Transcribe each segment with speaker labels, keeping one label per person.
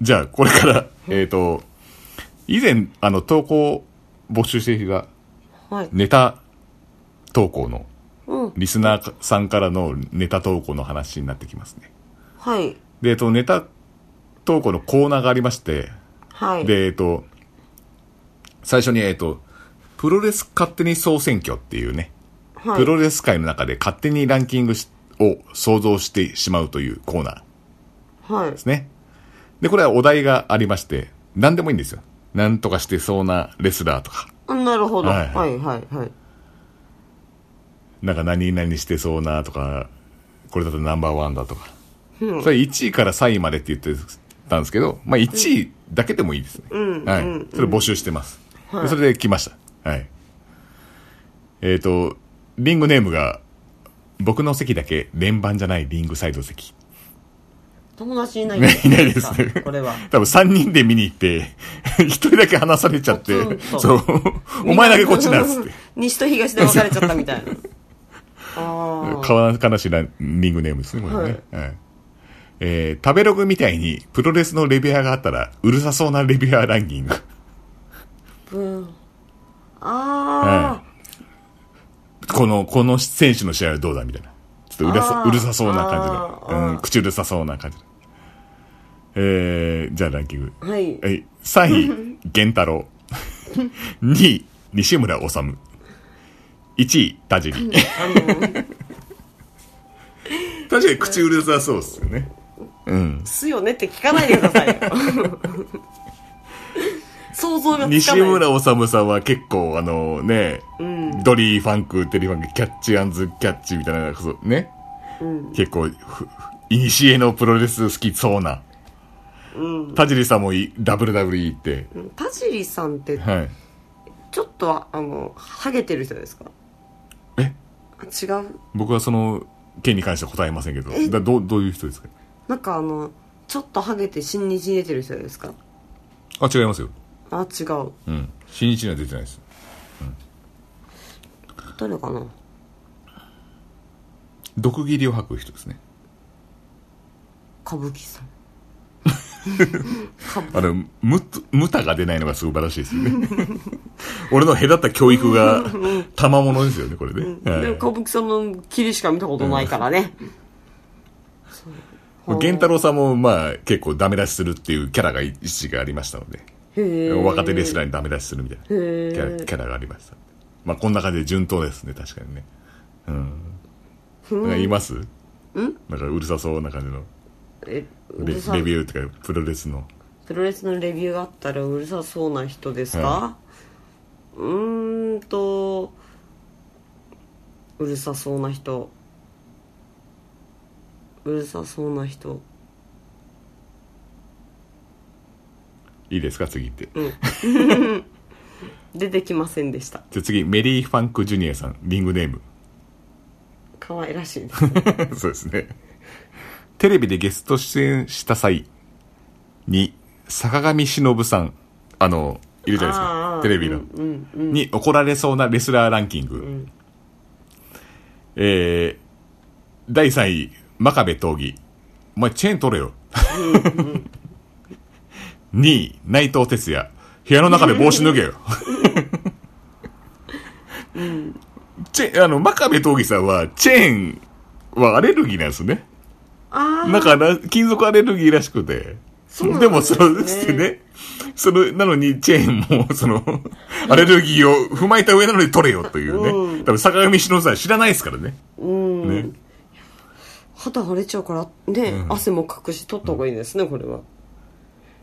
Speaker 1: じゃあ、これから、 えっ、と、以前、あの、投稿を募集していた
Speaker 2: はい。
Speaker 1: ネタ投稿の、
Speaker 2: うん。
Speaker 1: リスナーさんからのネタ投稿の話になってきますね。
Speaker 2: はい。
Speaker 1: で、えっと、ネタ投稿のコーナーがありまして、
Speaker 2: はい。
Speaker 1: で、えっと、最初に、えっと、プロレス勝手に総選挙っていうね、
Speaker 2: はい、
Speaker 1: プロレス界の中で勝手にランキングしを想像してしまうというコーナー。
Speaker 2: はい
Speaker 1: で。すね。で、これはお題がありまして、何でもいいんですよ。何とかしてそうなレスラーとか、
Speaker 2: あなるほど。
Speaker 1: は
Speaker 2: はいい、はい、はい。
Speaker 1: なんか何々してそうなとか、これだとナンバーワンだとか。それ1位から3位までって言ってたんですけど、まあ1位だけでもいいですね。はい。それ募集してます。でそれで来ました。はい。えっ、と、リングネームが、僕の席だけ連番じゃないリングサイド席。
Speaker 2: 友達いないん
Speaker 1: ね いないですね
Speaker 2: これは。
Speaker 1: 多分3人で見に行って、1人 だけ離されちゃって
Speaker 2: ポツン、と
Speaker 1: そう、 お前だけこっちなんつって。。
Speaker 2: 西と東で別れちゃったみ たいな。あ
Speaker 1: かわ悲しいランニングネームですね、これね。はいえー食べログみたいにプロレスのレビュアーがあったら、うるさそうなレビュアーランキング。
Speaker 2: あ。うん。あ
Speaker 1: この、この選手の試合はどうだみたいな。ちょっとうるさ
Speaker 2: あー
Speaker 1: うるさそうな感じ
Speaker 2: あ
Speaker 1: の、
Speaker 2: ー
Speaker 1: うん、口うるさそうな感じの。えー、じゃあランキング。
Speaker 2: あ。はい。
Speaker 1: はい、3位、源太郎。2位、西村治。1位、田尻。確かに口うるさそうっすよね。うん。
Speaker 2: すよねって聞かないでく ださいよ。想像がつかない。
Speaker 1: 西村治さんは結構あのね、ドリーファンク、テリーファンク、キャッチアンズキャッチみたいな、そうね。結構、ふいにしえのプロレス好きそうな。田尻さんもい WWE って。
Speaker 2: 田尻さんって、
Speaker 1: はい。
Speaker 2: ちょっとは、あの、ハゲてる人ですか
Speaker 1: え
Speaker 2: あ違う。
Speaker 1: 僕はその件に関しては答えませんけど、だどうどういう人ですか
Speaker 2: なんかあの、ちょっとハゲて新日に出てる人ですか
Speaker 1: あ、違いますよ。
Speaker 2: あ、違う。
Speaker 1: うん。新日には出てないです。
Speaker 2: 誰かな
Speaker 1: 毒斬りを吐く人ですね。
Speaker 2: 歌舞伎さん。
Speaker 1: あの、む、むたが出ないのが素晴らしいですよ ね。俺の隔った教育が、賜物ですよね、これね。はい
Speaker 2: でも歌舞伎さんの切りしか見たことないからね。
Speaker 1: 源太郎さんも、まあ、結構ダメ出しするっていうキャラが一時がありましたの
Speaker 2: へ
Speaker 1: で、
Speaker 2: ー
Speaker 1: 若手レスラーにダメ出しするみたいなキャラキャラがありました。まあ、こんな感じで順当ですね、確かにね。うん。なんかいますんなんかうるさそうな感じの
Speaker 2: えう
Speaker 1: レ
Speaker 2: るさ
Speaker 1: レビューとか、プロレスの。
Speaker 2: プロレスのレビューがあったらうるさそうな人ですか、
Speaker 1: は
Speaker 2: うーんとうるさそうな人うるさそうな人
Speaker 1: いいですか、次行って。
Speaker 2: 出てきませんでした
Speaker 1: じゃあ次、メリー・ファンク・ジュニアさん、リングネーム。
Speaker 2: 可愛らしいで す
Speaker 1: そうですね。テレビでゲスト出演した際に、坂上忍さん、あの、いるじゃないです
Speaker 2: あ
Speaker 1: か
Speaker 2: ー、
Speaker 1: テレビの、に怒られそうなレスラーランキング。えー、第3位、真壁闘技。お前、チェーン取れよ。2位、内藤哲也。部屋の中で帽子脱げよ。チェあの、真壁闘技さんは、チェーンはアレルギーなんですね。
Speaker 2: あ
Speaker 1: なんかな、金属アレルギーらしくて。
Speaker 2: うなん
Speaker 1: で
Speaker 2: ですね
Speaker 1: も、そうですね。その、なのに、チェーンも、そ の、アレルギーを踏まえた上なのに取れよというね。多分、坂上忍さん知らないですからね。
Speaker 2: うん
Speaker 1: ね。
Speaker 2: 肌腫れちゃうからね、汗もかくし取った方がいいですねこれは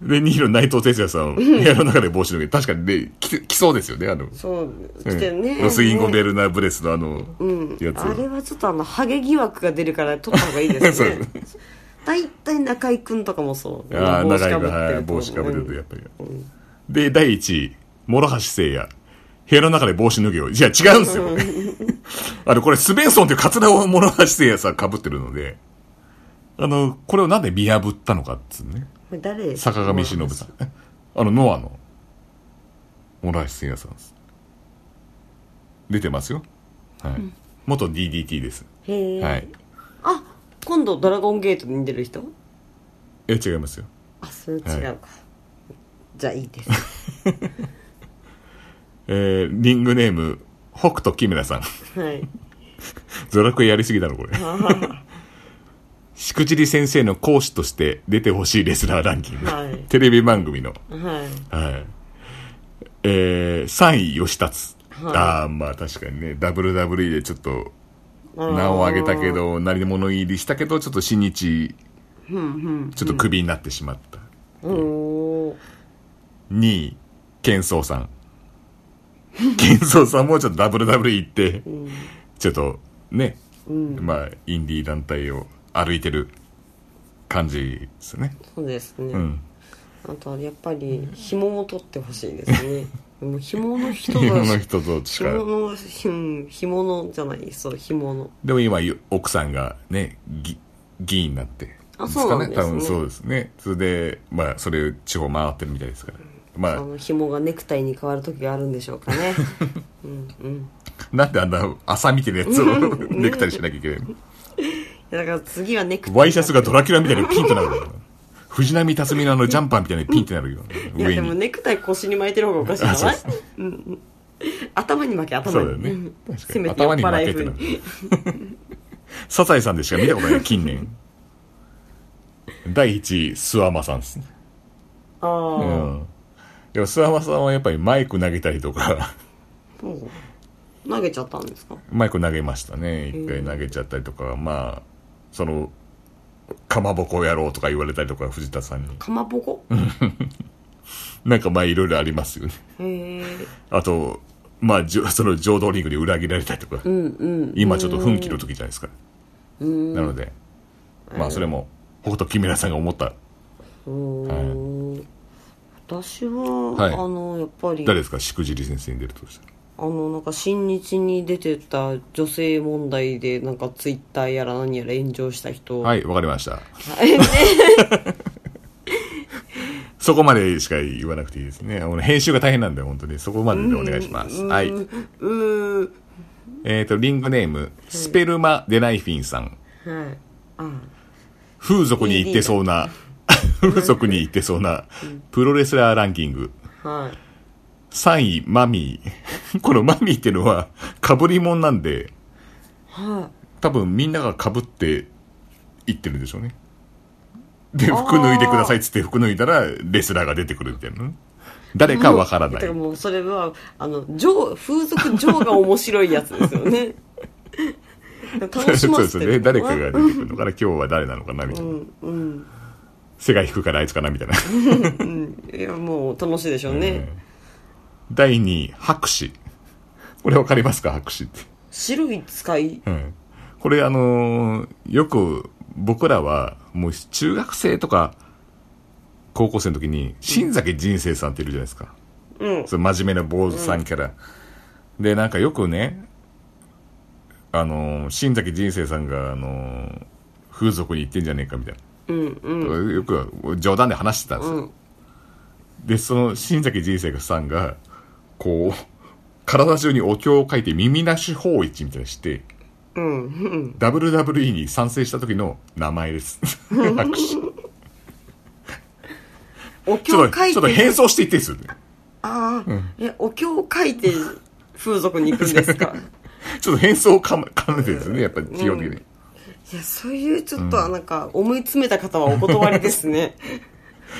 Speaker 1: で、2位の内藤哲也さん、部屋の中で帽子脱げ。確かにね、き来そうですよね、あの。
Speaker 2: そう来てね、
Speaker 1: ロスインゴベルナーブレスのあの、やつ
Speaker 2: あれはちょっとあのハゲ疑惑が出るから取った方がいい ですね大体中居君とかもそう
Speaker 1: ああ、
Speaker 2: 帽子
Speaker 1: 長い
Speaker 2: か
Speaker 1: が、
Speaker 2: ぶって
Speaker 1: は
Speaker 2: る
Speaker 1: い、
Speaker 2: と
Speaker 1: 帽子かぶると、
Speaker 2: うん
Speaker 1: やっぱり。で、第1位、諸橋聖也。部屋の中で帽子脱げよ。いや、違うんですよ。 あの、これ、スベンソンというカツラを諸橋聖也さん被ってるので、あの、これをなんで見破ったのかっつうね。
Speaker 2: これ誰ですか
Speaker 1: 坂上忍さん。えあの、ノアの、諸橋聖也さんです。出てますよ。はい。元 DDT です。
Speaker 2: へえ、
Speaker 1: はい。
Speaker 2: あ今度ドラゴンゲートに出る人
Speaker 1: え、違いますよ。
Speaker 2: あそれ違うか、
Speaker 1: は
Speaker 2: じゃあいい です
Speaker 1: えー、リングネーム、北斗木村さん。
Speaker 2: はい
Speaker 1: ゾラクエやりすぎだろ、こ れ。しくじり先生の講師として出てほしいレスラーランキング。
Speaker 2: はい
Speaker 1: テレビ番組の。
Speaker 2: はい
Speaker 1: はい。えー、3位、吉達。
Speaker 2: はい
Speaker 1: ああ、まあ確かにね、WWE でちょっと
Speaker 2: あー
Speaker 1: 名を上げたけど、何者入りしたけど、ちょっと新日、ちょっとクビになってしまった。
Speaker 2: おー
Speaker 1: 2位、ケンソウさん。ケンソウさんもちょっと WWE 行って、ちょっとね、まあ、インディー団体を歩いてる感じですね。
Speaker 2: そうですね、
Speaker 1: うん。
Speaker 2: あとはやっぱり紐を取ってほしいです ねもう紐の人が
Speaker 1: 紐の人としか
Speaker 2: 紐。のひん紐のじゃないそう紐の
Speaker 1: でも今、奥さんがね、ぎ議員になって。
Speaker 2: あそうなんですね
Speaker 1: 多分そうですね。それで、まあ、それ、地方回ってるみたいですから。ま
Speaker 2: あ
Speaker 1: あ、
Speaker 2: の紐がネクタイに変わる時があるんでしょ うかねうんうん
Speaker 1: なんであんな朝見てるやつをネクタイにしなきゃいけないの
Speaker 2: いやだから次はネクタイ
Speaker 1: ワイシャツがドラキュラみたいにピンとなるよ。藤波辰巳のあのジャンパーみたいにピンってなるよ。
Speaker 2: いや
Speaker 1: 上
Speaker 2: でも
Speaker 1: に。
Speaker 2: ネクタイ腰に巻いてる方がおかしい
Speaker 1: あ
Speaker 2: じゃ
Speaker 1: そう
Speaker 2: ない
Speaker 1: そう
Speaker 2: 頭に巻け頭
Speaker 1: そ
Speaker 2: に
Speaker 1: うだよね
Speaker 2: ん。
Speaker 1: 確か
Speaker 2: せ
Speaker 1: に
Speaker 2: めて酔っ
Speaker 1: 頭に負
Speaker 2: 払い
Speaker 1: けて
Speaker 2: 風
Speaker 1: な
Speaker 2: に
Speaker 1: る。サザエさんでしか見たことない、近年。第1位、スワマさんですね。
Speaker 2: ああ、
Speaker 1: うん。でも、スワマさんはやっぱりマイク投げたりとか、
Speaker 2: そう投げちゃったんですか
Speaker 1: マイク投げましたね。一回投げちゃったりとか、まあ、その、かまぼこやろうとか言われたりとか、藤田さんに。
Speaker 2: かまぼこ
Speaker 1: なんかまあ、いろいろありますよね。
Speaker 2: へえ
Speaker 1: あと、まあ、じょその浄土リングに裏切られたりとか、今ちょっと奮起の時じゃないですか。なので、まあ、それも、北斗木村さんが思った、
Speaker 2: 私は、
Speaker 1: はい
Speaker 2: あのやっぱり
Speaker 1: 誰ですか、しくじり先生に出るとしたら。
Speaker 2: あのなんか新日に出てた女性問題でなんかツイッターやら何やら炎上した人、。
Speaker 1: はい、わかりました。 そこまでしか言わなくていいですね。あの編集が大変なんで、本当に。そこまででお願いします。はいう
Speaker 2: ーん
Speaker 1: えっ、と、リングネーム、スペルマ・デナイフィンさん。
Speaker 2: はいあ
Speaker 1: 風俗に行ってそうな、風俗に行ってそうな、プロレスラーランキング。
Speaker 2: はい
Speaker 1: 3位、マミー。 このマミーってのは、被りもんなんで、
Speaker 2: は
Speaker 1: 多分みんなが被っていってるんでしょうね。で、服脱いでくださいっつって服脱いだら、レスラーが出てくるみたいな。誰
Speaker 2: い
Speaker 1: かわからな
Speaker 2: だから
Speaker 1: い。
Speaker 2: もうそれはあのジョー風俗ジョーが面白いやつですよ ね楽し
Speaker 1: そ
Speaker 2: ま
Speaker 1: うで
Speaker 2: せ
Speaker 1: す
Speaker 2: て
Speaker 1: ね。
Speaker 2: る
Speaker 1: 誰かが出てくるのかな、今日は誰なのかな、みたいな。背が低くからあいつかな、みたいな。
Speaker 2: いやもう楽しいでしょうね、
Speaker 1: 第2位、白紙。これわかりますか白紙って。
Speaker 2: 白い使い
Speaker 1: うんこれあのーよく僕らはもう中学生とか高校生の時に新崎人生さんっているじゃないですか、
Speaker 2: うん
Speaker 1: その真面目な坊主さんキャラ、でなんかよくねあのー新崎人生さんが、あのー風俗に行ってんじゃねえかみたいな、よく冗談で話してたんですよ、でその新崎人生さんがこう体中にお経を書いて耳なし方一みたいにして、WWE に賛成した時の名前です。 拍手
Speaker 2: お
Speaker 1: ちょ
Speaker 2: 経
Speaker 1: っと、
Speaker 2: 書い
Speaker 1: ちょっと
Speaker 2: て
Speaker 1: 変装していってんすよね。
Speaker 2: ああ、えお経を書いて風俗に行くんで すか
Speaker 1: ちょっと変装をかま兼ねてるんですよね、やっぱり基本的に。
Speaker 2: いやそういうちょっと、なんか思い詰めた方はお断りです ね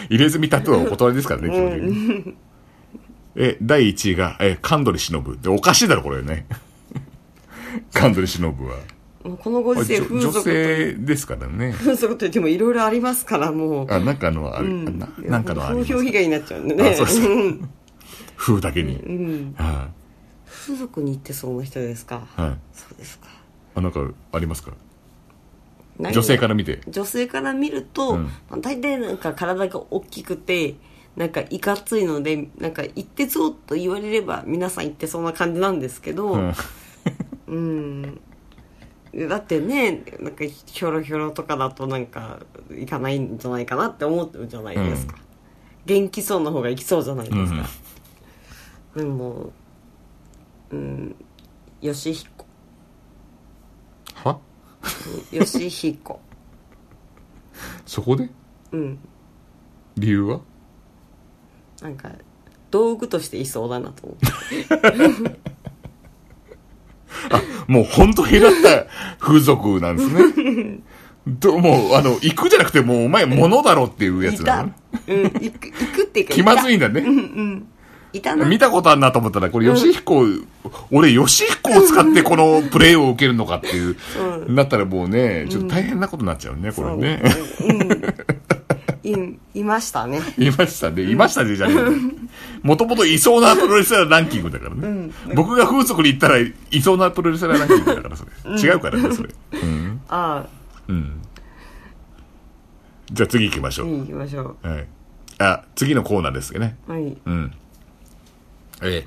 Speaker 1: 入れ墨タトゥーはお断りですからね、基本的に。え、第1位が、え、カンドリ忍ぶ。で、おかしいだろ、これ ね。カンドリ忍ぶは。
Speaker 2: もうこのご時世
Speaker 1: 女
Speaker 2: 風
Speaker 1: 女
Speaker 2: 俗と
Speaker 1: 性ですからね。
Speaker 2: 風俗といってもいろいろありますからもう
Speaker 1: あ、なんかあの、あれ、ななんかのありま
Speaker 2: 風
Speaker 1: す
Speaker 2: 評被害になっちゃうんでね
Speaker 1: あそうそう
Speaker 2: うん
Speaker 1: 風だけに。は
Speaker 2: 風俗に行ってそうな人ですか、
Speaker 1: い。はい。
Speaker 2: そうですか
Speaker 1: あ、なんか、ありますか
Speaker 2: 何
Speaker 1: 女性から見て。
Speaker 2: 女性から見ると、
Speaker 1: ん
Speaker 2: まあ大体なんか体が大きくてなんかいかついのでなんか行ってそうと言われれば皆さん行ってそうな感じなんですけど、
Speaker 1: うん。
Speaker 2: だってねなんかひょろひょろとかだとなんか行かないんじゃないかなって思ってるじゃないですか、元気そうな方が行きそうじゃないですか、でもうんよしひこ
Speaker 1: は
Speaker 2: よしひこ
Speaker 1: そこで
Speaker 2: うん
Speaker 1: 理由は
Speaker 2: なんか道具としていそうだなと思って
Speaker 1: もう本当減らった風俗なんですね。どうも、あの、行くじゃなくて、もうお前物だろっていうや
Speaker 2: い
Speaker 1: つ
Speaker 2: た
Speaker 1: な
Speaker 2: う
Speaker 1: の
Speaker 2: ん行く行くっていうか
Speaker 1: 気まず
Speaker 2: い
Speaker 1: いんだね。
Speaker 2: たいたな
Speaker 1: 見たことあんなと思ったら、これ、吉彦、俺、吉彦を使ってこのプレイを受けるのかっていう、なったらもうね、ちょっと大変なことになっちゃうね、これね。
Speaker 2: うんいい ましたね
Speaker 1: いましたね。いましたね、じゃねえ。もともといそうなプロレスラーランキングだからね。僕が風俗に行ったら、いそうなプロレスラーランキングだから、それ。違うからね、それ。うん。
Speaker 2: あ
Speaker 1: うん。じゃあ次行きまし
Speaker 2: あ
Speaker 1: ょ
Speaker 2: 見
Speaker 1: う。
Speaker 2: に行きましょう
Speaker 1: はい。あ、次のコーナーですね。
Speaker 2: はい
Speaker 1: うん。えー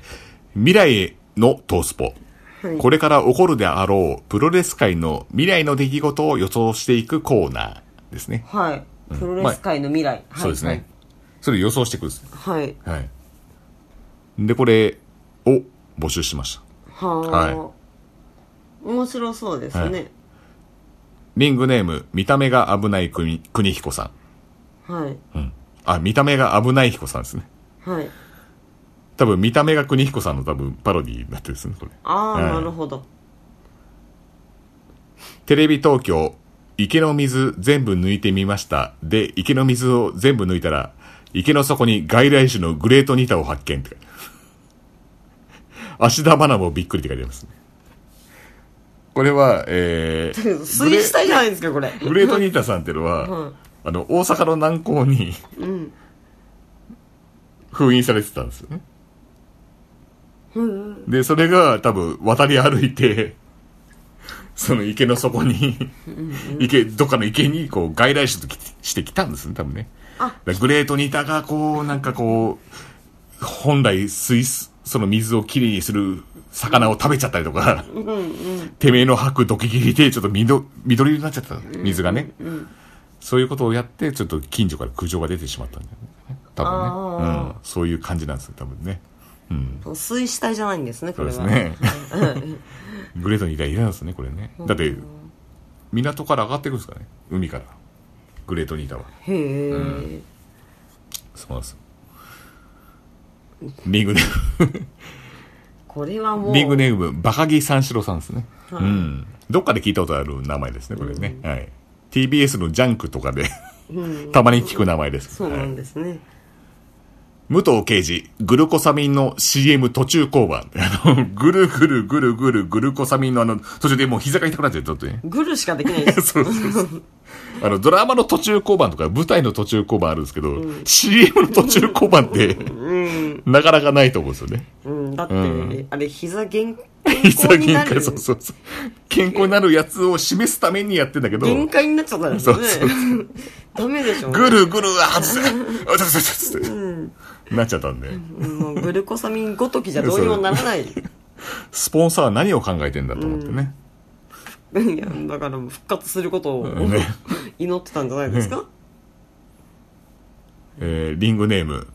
Speaker 1: 未来へのトースポ。
Speaker 2: はい
Speaker 1: これから起こるであろうプロレス界の未来の出来事を予想していくコーナーですね。
Speaker 2: はいプロレス界の未来、はい
Speaker 1: そうですね。それ予想していくんです。
Speaker 2: はい
Speaker 1: はい。で、これを募集しました。
Speaker 2: はあ、
Speaker 1: は
Speaker 2: 面白そうですね
Speaker 1: リングネーム、見た目が危ない国、国彦さ
Speaker 2: はい
Speaker 1: ん。うん。あ、見た目が危ない彦さんですね。
Speaker 2: はい
Speaker 1: 多分、見た目が国彦さんの多分、パロディーになってるんですね、これ。
Speaker 2: ああ、
Speaker 1: はい
Speaker 2: なるほど
Speaker 1: テレビ東京、池の水全部抜いてみました。で、池の水を全部抜いたら、池の底に外来種のグレートニタを発見って 書いてある芦田愛菜もびっくりって書いてありますね。これは、えー、
Speaker 2: 水死体じゃないですかこれ
Speaker 1: グレートニータさんっていうのは、
Speaker 2: はい
Speaker 1: あの、大阪の南港に、封印されてたんですよね。で、それが多分渡り歩いて、その池の底に、池、どっかの池にこう外来種ときしてきたんですね、多分ね。だからグレートニータがこう、なんかこう、本来水す、その水をきれいにする魚を食べちゃったりとか、てめえの吐くドキ切りで、ちょっと緑緑になっちゃった、水がね。そういうことをやって、ちょっと近所から苦情が出てしまったんだよね。多分ね。うん。そういう感じなんですよ、多分ね。
Speaker 2: 水死体じゃないんですねこ
Speaker 1: そう
Speaker 2: れ
Speaker 1: で
Speaker 2: は
Speaker 1: すね。 グレートにいたらいらんですね、これね。だって、港から上がってくるんですからね。海から。グレートニータは。
Speaker 2: へえ、
Speaker 1: そうなんですよ。リングネーム、
Speaker 2: これはもう
Speaker 1: リングネーム、バカギ三四郎さんですね。うん。どっかで聞いたことある名前ですね、これね。はい。TBS のジャンクとかで、たまに聞く名前です。
Speaker 2: そうな
Speaker 1: はい
Speaker 2: んですね、
Speaker 1: 武藤刑事、グルコサミンの CM 途中降板。あの、ぐるぐるぐるぐるグルコサミンのあの、途中でもう膝が痛くなっちゃう、ちょっとね。
Speaker 2: グルしかできないです
Speaker 1: そうそうそう。あの、ドラマの途中降板とか、舞台の途中降板あるんですけど、CM の途中降板って、なかなかないと思うんですよね。
Speaker 2: うん、だって、
Speaker 1: うん
Speaker 2: あれ膝限
Speaker 1: 膝
Speaker 2: 界に
Speaker 1: 限
Speaker 2: なる
Speaker 1: 界、そうそうそう。健康になるやつを示すためにやってんだけど、
Speaker 2: 限界になっちゃったんですよね
Speaker 1: そう
Speaker 2: ダメでしょ
Speaker 1: ぐるぐる、あ ずせ、あずせ、あずせ、なっちゃったんで、
Speaker 2: もうグルコサミンごときじゃどうにもならないい
Speaker 1: スポンサーは何を考えてんだと思ってね。
Speaker 2: やだからもう復活することを
Speaker 1: うんね
Speaker 2: 祈ってたんじゃないですか、
Speaker 1: えーリングネーム、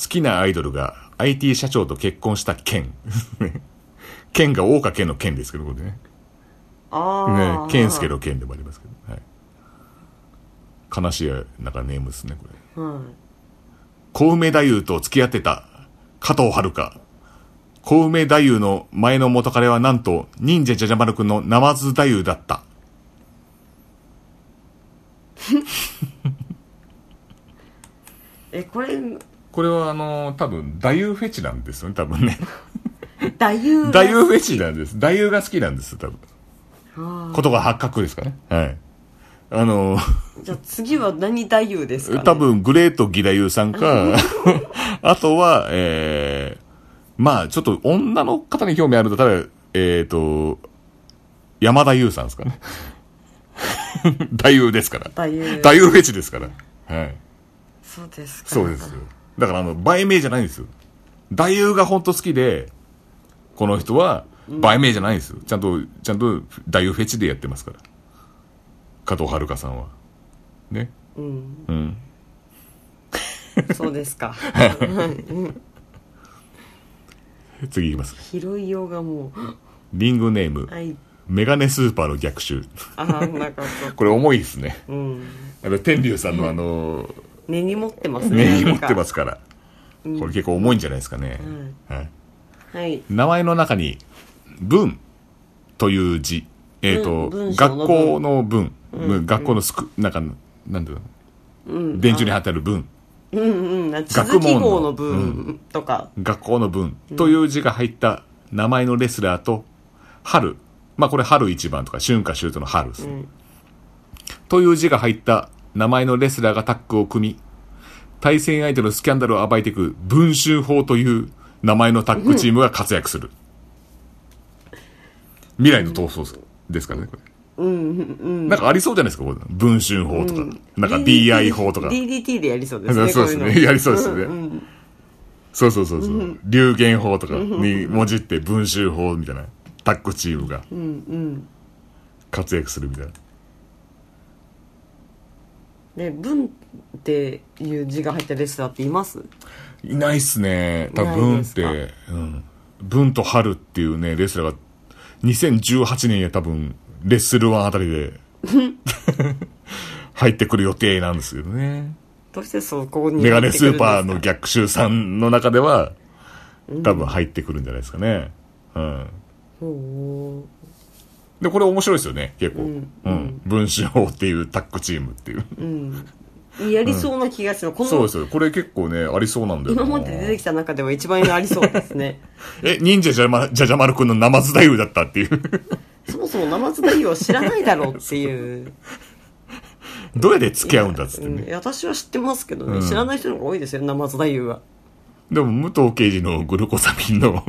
Speaker 1: 好きなアイドルが IT 社長と結婚した件。 件が大岡健の件ですけど、これね。ね
Speaker 2: ああ、、
Speaker 1: 健介の件でもありますけど。はい、悲しい、なんかネームですね、これ。
Speaker 2: は
Speaker 1: 小梅太夫と付き合ってた、加藤遥香。小梅太夫の前の元彼はなんと、忍者じゃじゃ丸くんのナマズ太夫だった。
Speaker 2: い、えこれ
Speaker 1: これはあのー多分、太夫フェチなんですよね、多 分ね。
Speaker 2: 太夫
Speaker 1: 太夫フェチなんです。太夫が好きなんです、多分。ことが発覚ですかね。はい。あの、
Speaker 2: じゃあ次は何太夫ですか、ね、
Speaker 1: 多分、グレート・ギダユさん か、あとは、えー、まあ、ちょっと女の方に興味あるんだったら、えっ、ー、と、山田優さんですか ね。太夫ですから。
Speaker 2: 太夫
Speaker 1: 太夫フェチですから。はい。
Speaker 2: そうですか
Speaker 1: そうですよ。だから、あの、売名じゃないんですよ。太夫が本当好きで、この人は、売名じゃないんですよ。ちゃんと、ちゃんと、太夫フェチでやってますから。加藤遥さんは。ね。
Speaker 2: うん
Speaker 1: うん。
Speaker 2: そうですか
Speaker 1: 次いきます。
Speaker 2: 拾いようがも
Speaker 1: リングネーム
Speaker 2: う、はい
Speaker 1: メガネスーパーの逆襲。
Speaker 2: ああなんかちょっ
Speaker 1: これ重いですね。
Speaker 2: とうん
Speaker 1: あの、天竜さんのあの、
Speaker 2: 根に持ってますね
Speaker 1: 根に持ってますすから。これ結構重いんじゃないですかね。はい
Speaker 2: はい
Speaker 1: 名前の中に、文という字。えっ、と、
Speaker 2: 文文章
Speaker 1: 学
Speaker 2: の文
Speaker 1: 校の文、学校のスク、なんか、なんていうの、便所に貼ってある文、
Speaker 2: うんうんな地図記号の分とか
Speaker 1: 学校の文という字が入った名前のレスラーと、春。まあこれ春一番とか、春夏秋冬の春ですね、という字が入った名前のレスラーがタッグを組み、対戦相手のスキャンダルを暴いていく文春法という名前のタッグチームが活躍する。未来の闘争ですからね、これ。なんかありそうじゃないですか、これ文春法とか。なんか DI 法とか。
Speaker 2: DDT でやりそうです
Speaker 1: そう
Speaker 2: ね
Speaker 1: そうです
Speaker 2: こい
Speaker 1: ね。
Speaker 2: の
Speaker 1: やりそうですね。そうそうそうそう。流言法とかにもじって文集法みたいな。タッグチームが。活躍するみたいな。
Speaker 2: ね文っていう字が入ったレスラーっています
Speaker 1: いないっすね。多分
Speaker 2: ない
Speaker 1: 文
Speaker 2: で
Speaker 1: っ
Speaker 2: すか
Speaker 1: て、うん。文と春っていうね、レスラーが、2018年や多分、レッスルワンあたり で、入ってくる予定なんですよね。
Speaker 2: どうしてそこに
Speaker 1: メガネスーパー
Speaker 2: 入
Speaker 1: の
Speaker 2: って
Speaker 1: 逆襲さんの中では、多分入ってくるんじゃないですかね。うん。
Speaker 2: くるんですか
Speaker 1: で、これ面白いですよね、結構。うん。文春王っていうタッグチームっていう。
Speaker 2: ほうやりそうな気がするこ
Speaker 1: そう
Speaker 2: の
Speaker 1: ですよ。これ結構ね、ありそうなんだよな。
Speaker 2: 今まで出てきた中では一番ありそうですね
Speaker 1: え、忍者じゃま、じゃじゃ丸くんのナマズ太夫だったっていう。
Speaker 2: そもそも生津太夫は知らないだろうっていう
Speaker 1: どうやって付き合うんだっつって
Speaker 2: うん
Speaker 1: ね。
Speaker 2: いや私は知ってますけどね、知らない人の方が多いですよ生津太夫は
Speaker 1: でも、武藤刑事のグルコサミンの、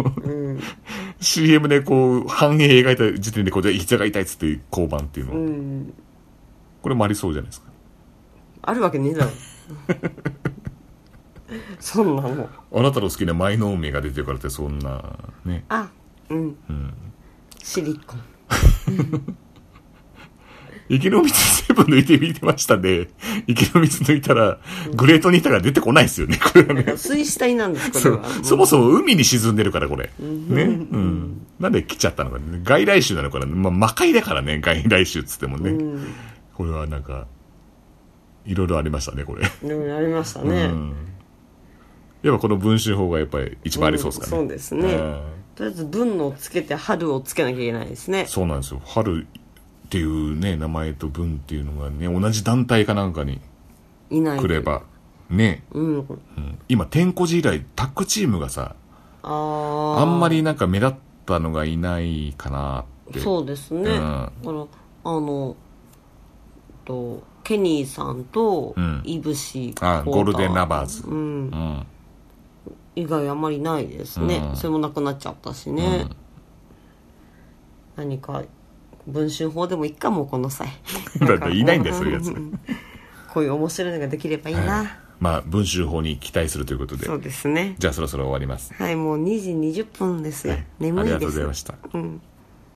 Speaker 1: CM でこう、反映描いた時点で、こう、じゃあ膝が痛いっつって交番っていうの、これもありそうじゃないですか。
Speaker 2: あるわけね えだろそんなもん
Speaker 1: あなたの好きなマイノーメが出てるからって、そんな、ね。
Speaker 2: あうん、シリコン
Speaker 1: 池の水セブン抜いてみてましたで、池の水抜いたら、グレートニータが出てこないですよね、これはね。
Speaker 2: 水死体なんですこ
Speaker 1: そ
Speaker 2: れ
Speaker 1: う
Speaker 2: は
Speaker 1: そもそも海に沈んでるから、これ。ね。うん。なんで来ちゃったのかね。外来種なのかな。まあ、魔界だからね、外来種っつってもね。これはなんか、いろいろありましたね、これ。
Speaker 2: でもやりましたね、
Speaker 1: うん。やっぱこの文春法がやっぱり一番ありそうですかね。
Speaker 2: うんそうですね
Speaker 1: ん
Speaker 2: とりあえず文のをつけて春をつけなきゃいけないですね
Speaker 1: そうなんですよ。春っていうね、名前と文っていうのがね、同じ団体かなんかに
Speaker 2: いない
Speaker 1: 来れば、ね。
Speaker 2: うん
Speaker 1: うん今、天候寺以来、タッグチームがさ、
Speaker 2: あー
Speaker 1: あんまりなんか目立ったのがいないかなって。
Speaker 2: そうですね、
Speaker 1: うん
Speaker 2: だからあのとケニーさんと
Speaker 1: ん
Speaker 2: いぶし
Speaker 1: あゴールデンラ
Speaker 2: バ
Speaker 1: バーズ。
Speaker 2: うん
Speaker 1: うん。
Speaker 2: 以外あんまりないですね、
Speaker 1: うん
Speaker 2: それもなくなっちゃったしね、何か文春法でもいいかもうこの際
Speaker 1: だっていないんだよ、そういうやつ。
Speaker 2: こういう面白いのができればいいな、
Speaker 1: まあ、文集法に期待するということで
Speaker 2: そ。うですね
Speaker 1: じゃあそろそろ終わります。
Speaker 2: はいもう2時20分ですよ、
Speaker 1: はいあり
Speaker 2: 眠い
Speaker 1: がとう
Speaker 2: で
Speaker 1: ご
Speaker 2: す
Speaker 1: ざいました。
Speaker 2: うん